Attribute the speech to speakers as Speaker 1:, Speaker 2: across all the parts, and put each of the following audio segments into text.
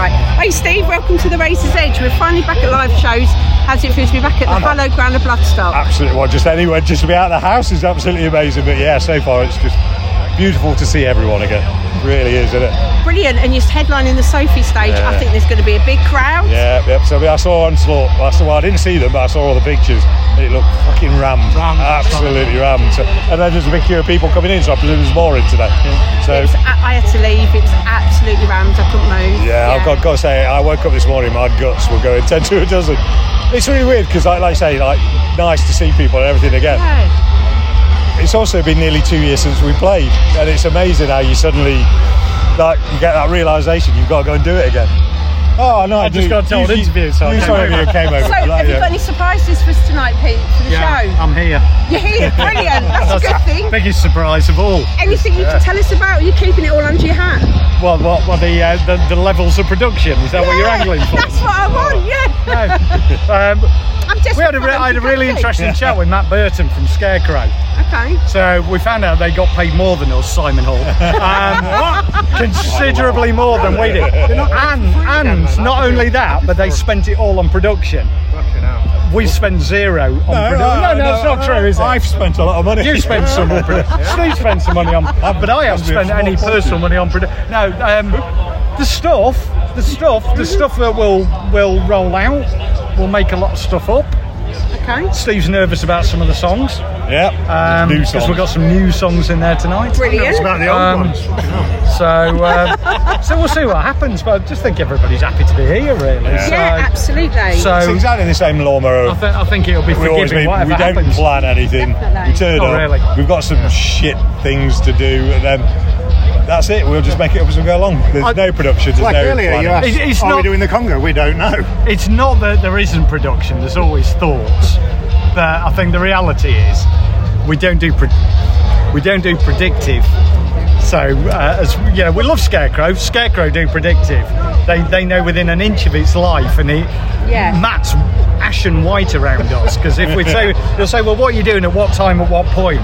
Speaker 1: Hey Steve, welcome to the Razor's Edge. We're finally back at live shows. How's it feel to be back at the hallowed ground of Bloodstock?
Speaker 2: Absolutely. Well, just anywhere, just to be out of the house is absolutely amazing. But yeah, so far it's just beautiful to see everyone again. Really is, isn't it?
Speaker 1: Brilliant, and you're headlining the Sophie stage. I
Speaker 2: Yeah.
Speaker 1: think there's going to be a big crowd.
Speaker 2: Yeah, yep. So I saw Onslaught. That's the one. I didn't see them, but I saw all the pictures. And it looked fucking rammed.
Speaker 3: Rammed, that's
Speaker 2: Absolutely rammed. So, and then there's a big queue of people coming in, so I presume there's more in today. So.
Speaker 1: It's, I I had to leave. It was absolutely rammed. I couldn't move.
Speaker 2: Yeah, I've got, got to say, I woke up this morning, my guts were going 10 to a dozen. It's really weird because, like, like I say, like nice to see people and everything again.
Speaker 1: Yeah.
Speaker 2: It's also been nearly two years since we played, and it's amazing how you suddenly, like, you get that realization you've got to go and do it again. Oh no! I
Speaker 3: just
Speaker 2: do-
Speaker 3: got told
Speaker 2: you-
Speaker 3: interview, so I
Speaker 2: you
Speaker 3: came
Speaker 2: told
Speaker 3: over.
Speaker 2: me you came over.
Speaker 1: So, have you
Speaker 2: yeah.
Speaker 1: got any surprises for us tonight, Pete, for the show?
Speaker 3: I'm here.
Speaker 1: You're here. Brilliant. That's a good thing.
Speaker 3: Biggest surprise of all.
Speaker 1: Anything you can tell us about? Are you keeping it all under your hat?
Speaker 3: Well, what, what the, uh, the the levels of production? Is that what you're
Speaker 1: Yeah,
Speaker 3: angling for?
Speaker 1: That's what I want. Yeah.
Speaker 3: No. um,
Speaker 1: I'm just.
Speaker 3: we had a, re- I had a really interesting chat with Matt Burton from Scarecrow.
Speaker 1: Okay.
Speaker 3: So we found out they got paid more than us, Simon Hall, um, considerably more than we did. And and not only that, but they spent it all on production. We spent zero on production. No, no, it's not true, is it?
Speaker 2: I've spent a lot of money.
Speaker 3: You spent some money. Steve spent some money on, Uh, but I haven't
Speaker 2: Must be a
Speaker 3: spent any
Speaker 2: fortune.
Speaker 3: personal money on product. No, um, the stuff, the stuff, the stuff that will will roll out. We'll make a lot of stuff up.
Speaker 1: Okay.
Speaker 3: Steve's nervous about some of the songs
Speaker 2: Yep. New
Speaker 3: because
Speaker 2: song.
Speaker 3: Um, we've got some new songs in there tonight.
Speaker 1: Brilliant.
Speaker 2: the old
Speaker 3: Um,
Speaker 2: ones.
Speaker 3: So, um, so we'll see what happens. But I just think everybody's happy to be here, really.
Speaker 1: Yeah, absolutely.
Speaker 3: So,
Speaker 2: It's
Speaker 3: so
Speaker 2: exactly the same lawnmower.
Speaker 3: I, th- I think it'll be
Speaker 2: we always
Speaker 3: forgiving
Speaker 2: mean we
Speaker 3: whatever
Speaker 2: don't
Speaker 3: happens.
Speaker 2: plan anything.
Speaker 1: Definitely.
Speaker 2: We turn
Speaker 3: Not
Speaker 2: up.
Speaker 3: really.
Speaker 2: We've got some shit things to do, and then that's it. We'll just make it up as we go along. There's
Speaker 3: I-
Speaker 2: no production. There's
Speaker 4: Like
Speaker 2: no
Speaker 4: earlier,
Speaker 2: planning.
Speaker 4: you asked,
Speaker 3: It's- it's
Speaker 4: are
Speaker 3: not-
Speaker 4: we doing the Congo? We don't know.
Speaker 3: It's not that there isn't production. There's always thoughts, but I think the reality is we don't do pre- we don't do predictive. So, uh, as you know, we love Scarecrow. Scarecrow do predictive. They they know within an inch of its life, and it
Speaker 1: Yeah.
Speaker 3: Matt's ash and white around us because if we say they'll say, well, what are you doing at what time at what point?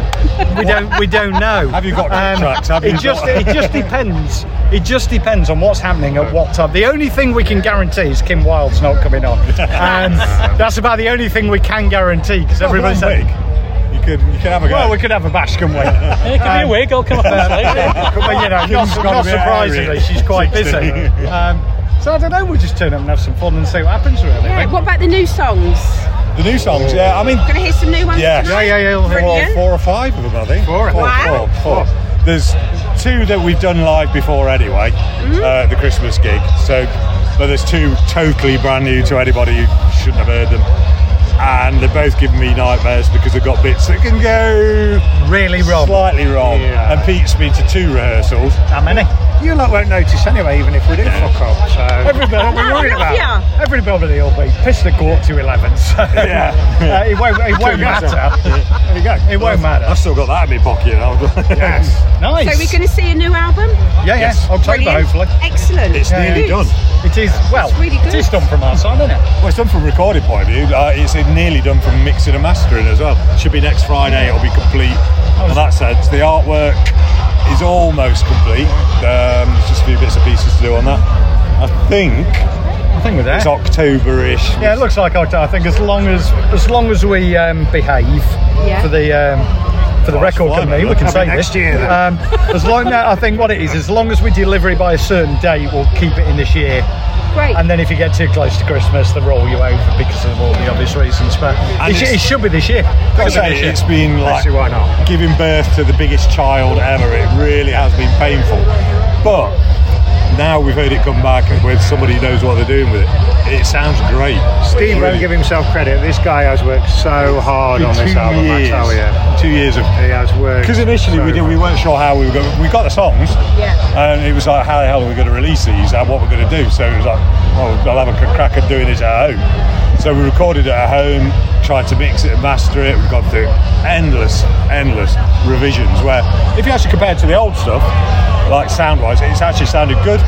Speaker 3: We don't we don't know. Um,
Speaker 2: Have you got contracts? Have
Speaker 3: it
Speaker 2: you
Speaker 3: just
Speaker 2: got-
Speaker 3: it just depends. It just depends on what's happening at what time. The only thing we can guarantee is Kim Wilde's not coming on. And that's about the only thing we can guarantee because
Speaker 2: Not
Speaker 3: everybody's
Speaker 2: one
Speaker 3: saying,
Speaker 2: week. You could you could have a go.
Speaker 3: well, we could have a bash, couldn't we? it could be a wig. I'll come up But you know,
Speaker 2: Kim's
Speaker 3: not,
Speaker 2: gotta
Speaker 3: not
Speaker 2: be out
Speaker 3: surprisingly,
Speaker 2: here.
Speaker 3: she's quite busy.
Speaker 2: 60.
Speaker 3: Um, so I don't know. We'll just turn up and have some fun and see what happens, really.
Speaker 1: yeah. What about the new songs?
Speaker 2: the new songs. Yeah, I mean,
Speaker 1: Gonna hear some new ones.
Speaker 2: Yeah.
Speaker 1: tonight?
Speaker 3: Yeah, yeah, yeah, we'll hear
Speaker 2: four,
Speaker 1: Brilliant.
Speaker 2: four or five of them, I think.
Speaker 4: Four, I
Speaker 2: four,
Speaker 1: think. Wow.
Speaker 2: four, four. There's two that we've done live before anyway, uh, the Christmas gig. So, but there's two totally brand new to anybody who shouldn't have heard them, and they're both giving me nightmares because they've got bits that can go
Speaker 3: Really wrong.
Speaker 2: slightly wrong.
Speaker 4: Yeah.
Speaker 2: And Pete's been to two rehearsals.
Speaker 3: How many?
Speaker 4: You lot won't notice anyway, even if we do fuck up. So
Speaker 3: Everybody, what
Speaker 1: No,
Speaker 3: we're worried
Speaker 1: not
Speaker 3: about.
Speaker 1: here.
Speaker 3: Everybody will be pissed at quarter to eleven. So
Speaker 2: Yeah.
Speaker 3: uh, it won't. It won't matter.
Speaker 4: there you go.
Speaker 3: It won't matter.
Speaker 2: I've still got that in my pocket.
Speaker 4: Yes.
Speaker 3: Nice.
Speaker 1: So we're gonna see a new album.
Speaker 3: yeah, yeah.
Speaker 2: Yes.
Speaker 3: October,
Speaker 1: Brilliant.
Speaker 3: hopefully.
Speaker 1: Excellent.
Speaker 2: It's nearly
Speaker 1: Good.
Speaker 2: done.
Speaker 3: It is. Well,
Speaker 1: really good.
Speaker 3: it is done from our side, isn't it?
Speaker 2: Well, it's done from a recording point of view. Uh, it's nearly done from mixing and mastering as well. Should be next Friday. It'll be complete.
Speaker 4: Oh,
Speaker 2: In that sense, the artwork is almost complete. Um, there's just a few bits and pieces to do on that. I think
Speaker 3: I think we're there.
Speaker 2: it's October-ish.
Speaker 3: Yeah, it looks like October. I think as long as as long as we um, behave
Speaker 1: Yeah.
Speaker 3: for the. Um, for the
Speaker 2: Oh, it's
Speaker 3: record
Speaker 2: fine,
Speaker 3: company,
Speaker 2: man.
Speaker 3: we can
Speaker 2: That'll
Speaker 3: say
Speaker 4: be next
Speaker 3: this.
Speaker 4: year, then.
Speaker 3: Um, as long, no, I think what it is, as long as we deliver it by a certain date, we'll keep it in this year.
Speaker 1: Great.
Speaker 3: And then if you get too close to Christmas, they roll you over because of all the obvious reasons. But
Speaker 2: And
Speaker 3: it, sh-
Speaker 2: it's-
Speaker 3: it should be this year.
Speaker 2: Gotta
Speaker 3: Should be
Speaker 2: say,
Speaker 3: this year.
Speaker 2: it's been like
Speaker 4: Actually, why not?
Speaker 2: giving birth to the biggest child ever. It really has been painful. But now we've heard it come back and with somebody who knows what they're doing with it, it sounds great. Really-
Speaker 4: Steve won't give himself credit. This guy has worked so hard on this
Speaker 2: two
Speaker 4: album.
Speaker 2: years,
Speaker 4: I tell you,
Speaker 2: two years of
Speaker 4: he has worked.
Speaker 2: Because initially we
Speaker 4: so
Speaker 2: did, we weren't sure how we were going. We got the songs,
Speaker 1: yeah.
Speaker 2: and it was like, how the hell are we going to release these, and what we're going to do? So it was like, well, I'll have a c- crack at doing this at home. So we recorded it at home, tried to mix it and master it. We've gone through endless, endless revisions. Where if you actually compare it to the old stuff, like sound-wise, it's actually sounded good.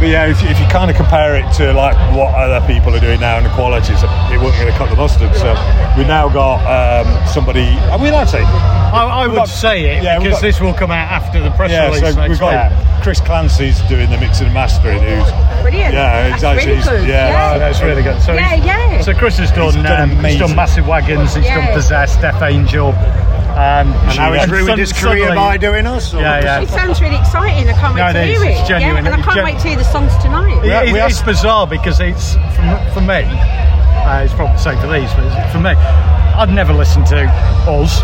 Speaker 2: But yeah, if, you- if you kind of compare it to like what other people are doing now and the qualities, it wasn't going to cut the mustard. So we've now got um, somebody. Are we allowed to say?
Speaker 3: I, I would
Speaker 2: got-
Speaker 3: say it
Speaker 2: yeah, we've
Speaker 3: because
Speaker 2: got-
Speaker 3: this will come out after the press
Speaker 2: Yeah,
Speaker 3: release
Speaker 2: so
Speaker 3: next
Speaker 2: we've got
Speaker 3: week.
Speaker 2: Chris Clancy's doing the mixing and mastering. Who's
Speaker 1: Brilliant.
Speaker 2: yeah,
Speaker 1: That's
Speaker 2: exactly.
Speaker 1: really good.
Speaker 2: Yeah,
Speaker 1: Yeah.
Speaker 3: Oh, that's really good. So
Speaker 1: Yeah,
Speaker 3: he's-
Speaker 1: yeah.
Speaker 3: So Chris has done,
Speaker 2: He's done
Speaker 3: um, he's
Speaker 2: amazing.
Speaker 3: done massive wagons. He's
Speaker 1: Yeah.
Speaker 3: done possessed, Death Angel. Um,
Speaker 2: And now he's
Speaker 4: ruined
Speaker 3: sud-
Speaker 4: his career
Speaker 3: suddenly-
Speaker 4: by doing us. or-
Speaker 3: Yeah, yeah.
Speaker 1: It sounds really exciting. I can't wait
Speaker 3: No,
Speaker 1: to
Speaker 3: it is.
Speaker 1: hear
Speaker 3: It's
Speaker 1: it.
Speaker 3: genuine.
Speaker 1: Yeah, and I
Speaker 3: It's
Speaker 1: can't
Speaker 3: gen-
Speaker 1: wait to hear the songs tonight.
Speaker 3: It-
Speaker 2: Yeah,
Speaker 3: it-
Speaker 2: we
Speaker 3: it's
Speaker 2: asked-
Speaker 3: bizarre because it's for, for me. Uh, it's probably the same for these, but it's- for me, I'd never listened to Oz.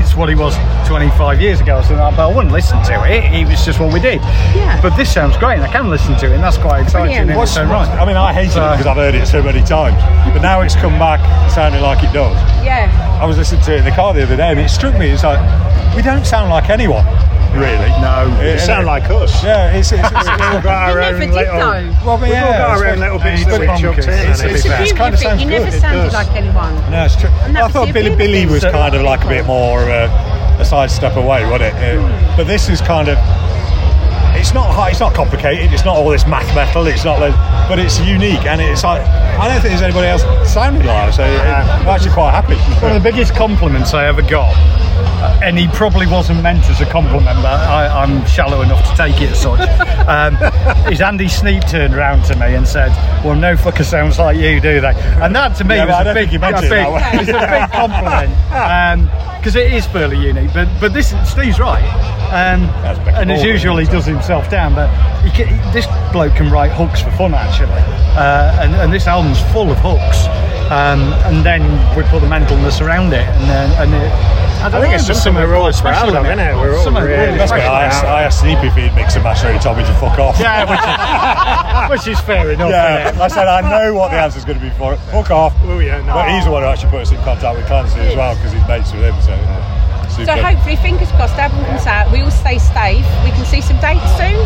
Speaker 3: It's what he was 25 years ago, so but I wouldn't listen to it. It was just what we did.
Speaker 1: Yeah.
Speaker 3: But this sounds great, and I can listen to it, and that's quite exciting.
Speaker 1: Brilliant.
Speaker 3: in its
Speaker 2: What's,
Speaker 3: own right.
Speaker 2: I mean, I hated
Speaker 3: So-
Speaker 2: it because I've heard it so many times, but now it's come back sounding like it does.
Speaker 1: Yeah.
Speaker 2: I was listening to it in the car the other day, and it struck me. It's like we don't sound like anyone, really.
Speaker 4: No,
Speaker 2: It-
Speaker 4: you sound
Speaker 2: it-
Speaker 4: like us.
Speaker 2: Yeah, it's, it's, it's,
Speaker 4: We've all got
Speaker 1: You never
Speaker 4: our own
Speaker 1: did
Speaker 4: little.
Speaker 1: though.
Speaker 2: well, but
Speaker 4: We've
Speaker 2: yeah,
Speaker 4: all got our
Speaker 2: it's-
Speaker 4: own little bits
Speaker 2: but
Speaker 4: that we
Speaker 2: it-
Speaker 4: chucked in.
Speaker 2: It's,
Speaker 4: and
Speaker 2: it's,
Speaker 1: It's
Speaker 4: it's
Speaker 1: a
Speaker 2: it's,
Speaker 4: best.
Speaker 2: kind
Speaker 1: beautiful
Speaker 2: of
Speaker 1: thing.
Speaker 2: sounds
Speaker 1: You
Speaker 2: good.
Speaker 1: never
Speaker 2: It
Speaker 1: sounded
Speaker 2: does.
Speaker 1: like anyone.
Speaker 2: No, it's true.
Speaker 1: that
Speaker 2: I
Speaker 1: was
Speaker 2: thought
Speaker 1: it,
Speaker 2: Billy
Speaker 1: Billy
Speaker 2: Billy was
Speaker 1: Billy.
Speaker 2: kind of like a bit more uh, a sidestep away, wasn't it?
Speaker 1: Hmm.
Speaker 2: Uh, but this is kind of it's not high, it's not complicated. It's not all this math metal. It's not, those- but it's unique and it's like I don't think there's anybody else sounding like. it, So it- I'm actually quite happy.
Speaker 3: One of the biggest compliments I ever got, and he probably wasn't meant as a compliment, but I, I'm shallow enough to take it as such, um, is Andy Sneap turned round to me and said, Well, no fucker sounds like you, do they? And that to me
Speaker 2: Yeah, but I
Speaker 3: was a
Speaker 2: don't think
Speaker 3: big,
Speaker 2: he meant
Speaker 3: a
Speaker 2: it
Speaker 3: big,
Speaker 2: that way.
Speaker 3: it's a big compliment. Because it is fairly unique, but but this Steve's right, um,
Speaker 2: That's Becky
Speaker 3: and as
Speaker 2: Baldwin,
Speaker 3: usual he
Speaker 2: isn't it?
Speaker 3: does himself down. But he ca he- this bloke can write hooks for fun actually, uh, and, and this album's full of hooks. Um, and then we put the mentalness around it, and then and it, I, don't
Speaker 4: I think it's just something we're all proud of, isn't it? We're all
Speaker 3: Something
Speaker 4: really
Speaker 2: That's why I asked, I asked Sneepy if he'd mix a mash and he told me to fuck off.
Speaker 3: Yeah, which is, which is fair enough.
Speaker 2: Yeah,
Speaker 3: isn't it?
Speaker 2: I said I know what the answer's going to be for it. Fuck off.
Speaker 4: Oh, yeah, no.
Speaker 2: But he's the one who actually put us in contact with Clancy as well because he's mates with him. So, yeah.
Speaker 1: So
Speaker 2: super.
Speaker 1: hopefully, fingers crossed, the album comes out. We all stay safe. We can see some dates soon.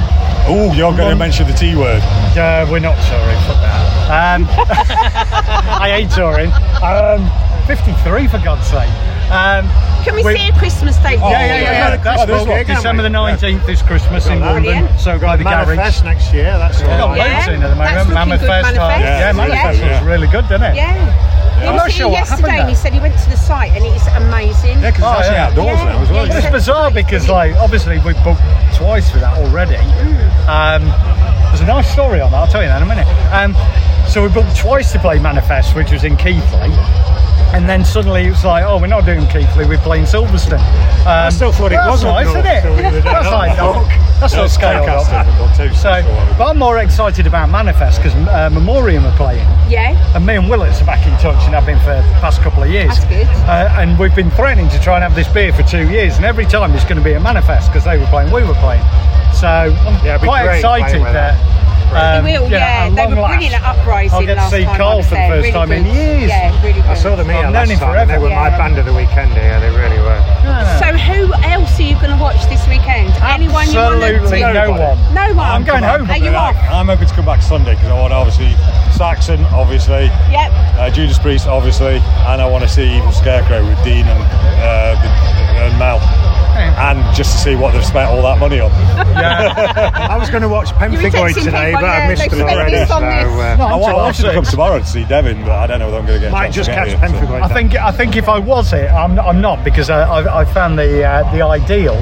Speaker 2: oh, you're going to mention the T word.
Speaker 3: Uh, we're not touring for that. Um, I hate touring. Um, 53 for God's sake. Um,
Speaker 1: Can we
Speaker 3: We're-
Speaker 1: see a Christmas date?
Speaker 2: Oh,
Speaker 3: yeah, yeah, yeah, yeah.
Speaker 2: yeah.
Speaker 3: That's
Speaker 2: Oh, there's
Speaker 3: booked.
Speaker 2: one.
Speaker 3: December the 19th is Christmas in
Speaker 4: Got that.
Speaker 3: London. So by the garage.
Speaker 4: Manifest next year. That's all.
Speaker 3: Got
Speaker 4: right.
Speaker 1: Yeah.
Speaker 3: loads in at the
Speaker 1: That's
Speaker 3: moment.
Speaker 1: looking
Speaker 3: Mammoth
Speaker 1: good,
Speaker 3: Fest.
Speaker 1: Manifest.
Speaker 3: Yeah,
Speaker 2: Yeah,
Speaker 3: Mammoth
Speaker 2: yeah.
Speaker 3: Fest was really good, didn't it?
Speaker 1: Yeah. He
Speaker 3: I'm
Speaker 1: was
Speaker 3: not
Speaker 1: here
Speaker 3: sure what happened
Speaker 1: yesterday and he
Speaker 3: there.
Speaker 1: said he went to the site and it's amazing.
Speaker 2: Yeah, because it's
Speaker 3: Oh,
Speaker 2: actually
Speaker 3: yeah.
Speaker 2: outdoors
Speaker 1: Yeah,
Speaker 2: now as well.
Speaker 1: yeah,
Speaker 2: isn't
Speaker 3: But
Speaker 2: it?
Speaker 3: it's bizarre because, like, obviously we booked twice for that already. Um, there's a nice story on that. I'll tell you that in a minute. Um, so we booked twice to play Manifest, which was in Keithley, and then suddenly it was like, oh, we're not doing Keithley, we're playing Silverstone. Um, I
Speaker 4: still thought it was up
Speaker 3: nice,
Speaker 4: north
Speaker 3: isn't it?
Speaker 4: till the other day.
Speaker 3: that's like
Speaker 4: Norfolk.
Speaker 3: that's
Speaker 2: Yeah,
Speaker 3: not
Speaker 2: it's
Speaker 3: scale
Speaker 2: Doncaster,
Speaker 3: up.
Speaker 2: but too
Speaker 3: So,
Speaker 2: central, I would-
Speaker 3: but I'm more excited about Manifest because uh, Memoriam are playing.
Speaker 1: Yeah.
Speaker 3: And me and Willets are back in touch and have been for the past couple of years.
Speaker 1: That's good.
Speaker 3: Uh, and we've been threatening to try and have this beer for two years, and every time it's going to be a manifest because they were playing, we were playing. So I'm
Speaker 4: Yeah, it'd be
Speaker 3: quite
Speaker 4: great playing
Speaker 3: excited
Speaker 4: with
Speaker 3: that. um,
Speaker 1: They will, yeah.
Speaker 3: at
Speaker 1: They
Speaker 3: long
Speaker 1: were brilliant at
Speaker 3: last,
Speaker 1: Uprising
Speaker 3: I'll get
Speaker 1: last
Speaker 3: to see
Speaker 1: time. I
Speaker 3: Carl
Speaker 1: was
Speaker 3: for the
Speaker 1: there.
Speaker 3: first
Speaker 1: Really
Speaker 3: time in
Speaker 1: good.
Speaker 3: years.
Speaker 1: Yeah, really good.
Speaker 4: I saw them here
Speaker 3: I've known
Speaker 4: last
Speaker 3: him
Speaker 4: time. and They
Speaker 3: forever.
Speaker 4: were my
Speaker 1: Yeah.
Speaker 4: band of the weekend here. They really were.
Speaker 3: Yeah.
Speaker 1: So who else are you going to watch this weekend? Anyone you want to
Speaker 3: Absolutely no one. Oh,
Speaker 1: No one.
Speaker 3: I'm going home.
Speaker 1: Are you off?
Speaker 2: I'm hoping to come back Sunday because I want obviously Saxon, obviously.
Speaker 1: Yep.
Speaker 2: Uh, Judas Priest, obviously, and I want to see Evil Scarecrow with Dean and, uh, the, and Mel, and just to see what they've spent all that money on.
Speaker 3: Yeah.
Speaker 4: I was going to watch Pemphigoid
Speaker 1: texting
Speaker 4: today,
Speaker 1: people,
Speaker 4: but I
Speaker 1: yeah,
Speaker 4: missed
Speaker 1: they
Speaker 4: them
Speaker 1: spent
Speaker 4: already.
Speaker 1: this
Speaker 4: So
Speaker 1: on this.
Speaker 4: uh,
Speaker 2: I, want, I
Speaker 3: Until
Speaker 2: wanted to come
Speaker 3: six.
Speaker 2: tomorrow to see Devin, but I don't know whether I'm going to get. a
Speaker 4: might
Speaker 2: chance
Speaker 4: just
Speaker 2: to get here,
Speaker 4: catch
Speaker 2: so-
Speaker 4: Pemphigoid.
Speaker 3: I
Speaker 4: then.
Speaker 3: think I think if I was it, I'm, I'm not because I, I, I found the uh, the ideal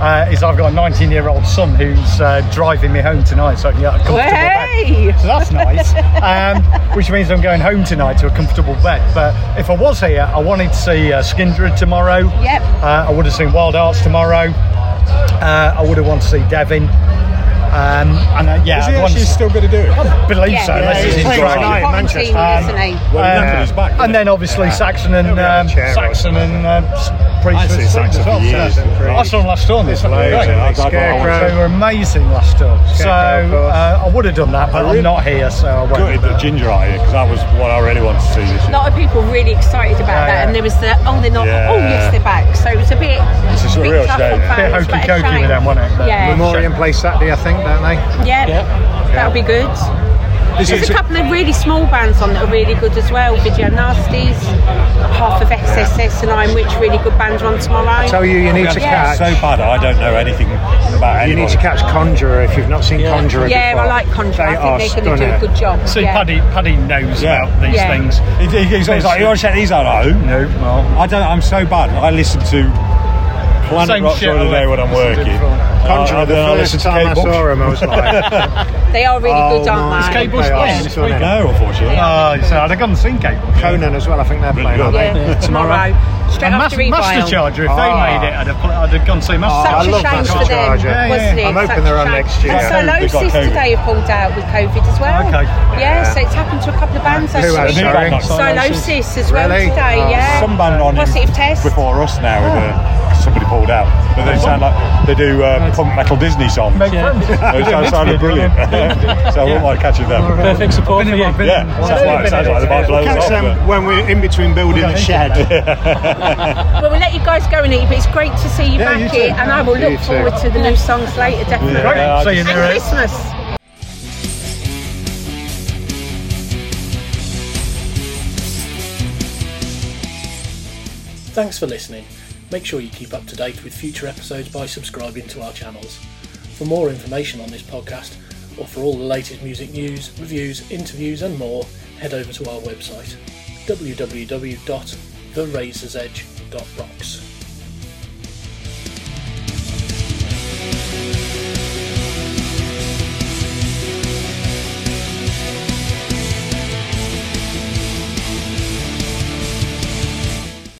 Speaker 3: uh, is I've got a 19 year old son who's uh, driving me home tonight, so I can get a comfortable
Speaker 1: Hey!
Speaker 3: bed. So that's nice. Um, which means I'm going home tonight to a comfortable bed. But if I was here, I wanted to see uh, Skindred tomorrow.
Speaker 1: Yep.
Speaker 3: Uh, I would have seen Wild Arts tomorrow. Uh, I would have wanted to see Devin. Um, and uh, yeah,
Speaker 2: Is he
Speaker 3: I'd want
Speaker 2: actually
Speaker 3: to see-
Speaker 2: still going to do it?
Speaker 3: I believe
Speaker 1: Yeah.
Speaker 3: so.
Speaker 1: Yeah,
Speaker 3: unless
Speaker 2: he's
Speaker 3: it's in
Speaker 2: playing
Speaker 3: July.
Speaker 2: tonight.
Speaker 4: in
Speaker 1: Quarantine,
Speaker 4: Manchester.
Speaker 1: isn't he?
Speaker 2: Well,
Speaker 3: Uh,
Speaker 2: Napoli is back.
Speaker 3: and then obviously Saxon and
Speaker 4: He'll be on
Speaker 3: um,
Speaker 4: a chair or
Speaker 3: Saxon and
Speaker 4: something.
Speaker 3: uh, Priest.
Speaker 2: I haven't
Speaker 3: were
Speaker 2: seen Saxon
Speaker 3: as well,
Speaker 2: for years.
Speaker 3: so- I saw them last time. This
Speaker 4: loads,
Speaker 2: Amazing.
Speaker 4: Yeah.
Speaker 2: I've got
Speaker 4: Scarecrow.
Speaker 3: They were amazing last time. So
Speaker 4: Scarecrow, of course.
Speaker 3: uh, I would have done that, but I'm not here, so I
Speaker 2: one. Gutted
Speaker 3: won't.
Speaker 2: that Ginger out here because that was what I really wanted to see this
Speaker 1: A
Speaker 2: year.
Speaker 1: lot of people really excited about
Speaker 3: Yeah,
Speaker 1: that,
Speaker 3: yeah.
Speaker 1: and there was the oh they're not
Speaker 2: Yeah.
Speaker 1: oh yes they're back. So it was a bit.
Speaker 2: It's just a
Speaker 1: bit
Speaker 2: real
Speaker 1: tough
Speaker 2: shame.
Speaker 1: on fans, but
Speaker 3: Bit
Speaker 1: a
Speaker 3: hokey-cokey
Speaker 1: shame.
Speaker 3: with them, wasn't it? But
Speaker 1: Yeah.
Speaker 4: Memoriam play Saturday, I think, don't they?
Speaker 1: Yeah. That'll be good.
Speaker 2: This
Speaker 1: There's
Speaker 2: is-
Speaker 1: a couple of really small bands on that are really good as well. Video Nasties, half of XSS, and I'm Witch, really good bands on tomorrow.
Speaker 4: Tell you, you need to
Speaker 1: Yeah.
Speaker 2: It's so
Speaker 4: catch.
Speaker 2: bad. I don't know anything about
Speaker 4: You
Speaker 2: anybody.
Speaker 4: need to catch Conjurer if you've not seen Conjurer.
Speaker 1: yeah,
Speaker 4: before.
Speaker 1: I like Contra.
Speaker 4: They
Speaker 1: I think
Speaker 4: are
Speaker 1: they're going to do a
Speaker 4: stunning.
Speaker 1: good job.
Speaker 3: See,
Speaker 1: yeah.
Speaker 3: Paddy, Paddy knows
Speaker 2: Yeah.
Speaker 3: about these
Speaker 1: Yeah.
Speaker 3: things.
Speaker 2: He- he- He's always like, you want to check these out? I don't know.
Speaker 3: No, well,
Speaker 2: I don't. I'm so bad. I listen to Planet
Speaker 3: Same
Speaker 2: Rock
Speaker 3: shit
Speaker 2: during the
Speaker 3: I
Speaker 2: day when I'm
Speaker 3: listen to
Speaker 2: working.
Speaker 3: from-
Speaker 4: Conjurer.
Speaker 2: Uh,
Speaker 4: The
Speaker 2: then I
Speaker 4: first
Speaker 2: listen to
Speaker 4: time I
Speaker 2: Kate Bush.
Speaker 4: saw him, I was like,
Speaker 1: They are really
Speaker 4: "Oh
Speaker 1: good, aren't
Speaker 4: my
Speaker 1: they?
Speaker 3: Cable
Speaker 4: God, they are
Speaker 3: Splash.
Speaker 4: stunning."
Speaker 2: No, unfortunately.
Speaker 3: uh, so I'd have gone and seen Cable.
Speaker 4: Conan as well. I think they're
Speaker 2: Really
Speaker 4: playing,
Speaker 2: good.
Speaker 4: aren't
Speaker 1: Yeah,
Speaker 4: they?
Speaker 1: tomorrow. Straight
Speaker 3: And Mas-
Speaker 1: after Evil.
Speaker 3: Master Charger, if
Speaker 4: Ah.
Speaker 3: they made it, I'd have, pl- I'd have gone and seen Master
Speaker 4: Ah, I
Speaker 1: Such a
Speaker 4: love
Speaker 1: shame
Speaker 4: Master
Speaker 1: for them,
Speaker 4: Charger. Yeah,
Speaker 1: wasn't
Speaker 4: yeah.
Speaker 1: it?
Speaker 4: I'm hoping
Speaker 1: Such a
Speaker 4: they're on
Speaker 1: shame.
Speaker 4: next year.
Speaker 2: Yeah, they've
Speaker 1: And
Speaker 2: got
Speaker 1: Solosis
Speaker 2: COVID.
Speaker 1: today have pulled out with COVID as well.
Speaker 3: Okay.
Speaker 1: Yeah, so it's happened to a couple of bands
Speaker 4: Who has,
Speaker 1: actually.
Speaker 2: They've
Speaker 4: sorry?
Speaker 2: got
Speaker 1: Solosis as well
Speaker 4: Really?
Speaker 1: today,
Speaker 4: Oh.
Speaker 1: yeah.
Speaker 2: Some band on
Speaker 1: Positive
Speaker 2: in
Speaker 1: test.
Speaker 2: before us now. with, uh, somebody pulled out, but they sound like they do uh, punk metal Disney songs.
Speaker 3: Meg
Speaker 2: Those
Speaker 3: Friend.
Speaker 2: sound- sounded brilliant. so I wouldn't mind catching them.
Speaker 5: Perfect support for you.
Speaker 2: Yeah, sounds like, sounds like they might blow us
Speaker 4: Catch
Speaker 2: off. but-
Speaker 4: them when we're in between building a shed.
Speaker 1: Well, we'll let you guys go and eat, but it's great to see you
Speaker 4: Yeah,
Speaker 1: back
Speaker 4: you
Speaker 1: here,
Speaker 4: too.
Speaker 1: and I will
Speaker 4: You
Speaker 1: look
Speaker 4: too.
Speaker 1: forward to the new songs later, definitely.
Speaker 2: Yeah.
Speaker 3: Great, see you
Speaker 1: And
Speaker 3: there.
Speaker 1: Christmas.
Speaker 5: Thanks for listening. Make sure you keep up to date with future episodes by subscribing to our channels. For more information on this podcast, or for all the latest music news, reviews, interviews, and more, head over to our website www.therazorsedge.rocks.